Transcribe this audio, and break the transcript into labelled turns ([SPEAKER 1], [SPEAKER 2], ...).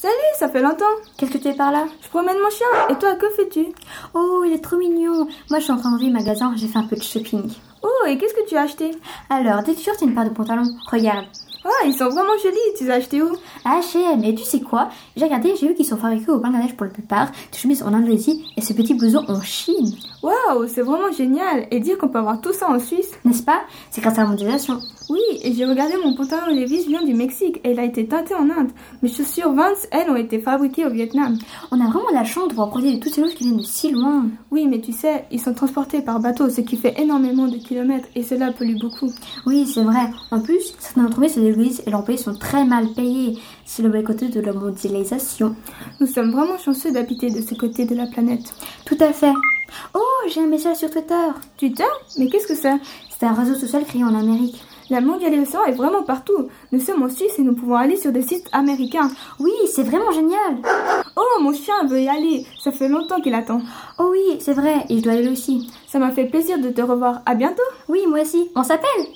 [SPEAKER 1] Salut, ça fait longtemps.
[SPEAKER 2] Qu'est-ce que tu es par là
[SPEAKER 1] Je promène mon chien. Et toi, que fais-tu
[SPEAKER 2] Oh, il est trop mignon. Moi, je suis en train d'ouvrir le magasin. J'ai fait un peu de shopping.
[SPEAKER 1] Oh, et qu'est-ce que tu as acheté
[SPEAKER 2] Alors, des t-shirts et une paire de pantalons. Regarde.
[SPEAKER 1] Ah, ils sont vraiment jolis. Tu les as achetés où
[SPEAKER 2] H&M. Et tu sais quoi J'ai regardé, j'ai vu qu'ils sont fabriqués au Bangladesh pour la plupart. Des chemises en Indonésie et ce petit blouson en Chine.
[SPEAKER 1] Waouh, c'est vraiment génial. Et dire qu'on peut avoir tout ça en Suisse.
[SPEAKER 2] N'est-ce pas C'est grâce à la mondialisation.
[SPEAKER 1] Oui, et j'ai regardé mon pantalon Levi's vient du Mexique et il a été teinté en Inde. Mes chaussures Vans, elles, ont été fabriquées au Vietnam.
[SPEAKER 2] On a vraiment la chance de pouvoir produire toutes ces choses qui viennent de si loin.
[SPEAKER 1] Oui, mais tu sais, ils sont transportés par bateau, ce qui fait énormément de kilomètres et cela pollue beaucoup.
[SPEAKER 2] Oui, c'est vrai. En plus, certaines entreprises se déglissent et leurs employés sont très mal payés. C'est le mauvais côté de la mondialisation.
[SPEAKER 1] Nous sommes vraiment chanceux d'habiter de ce côté de la planète.
[SPEAKER 2] Tout à fait. Oh, j'ai un message sur Twitter.
[SPEAKER 1] Twitter Mais qu'est-ce que c'est
[SPEAKER 2] C'est un réseau social créé en Amérique.
[SPEAKER 1] La mondialisation est vraiment partout. Nous sommes en Suisse et nous pouvons aller sur des sites américains.
[SPEAKER 2] Oui, c'est vraiment génial.
[SPEAKER 1] Oh, mon chien veut y aller. Ça fait longtemps qu'il attend.
[SPEAKER 2] Oh oui, c'est vrai. Et je dois aller aussi.
[SPEAKER 1] Ça m'a fait plaisir de te revoir. À bientôt.
[SPEAKER 2] Oui, moi aussi. On s'appelle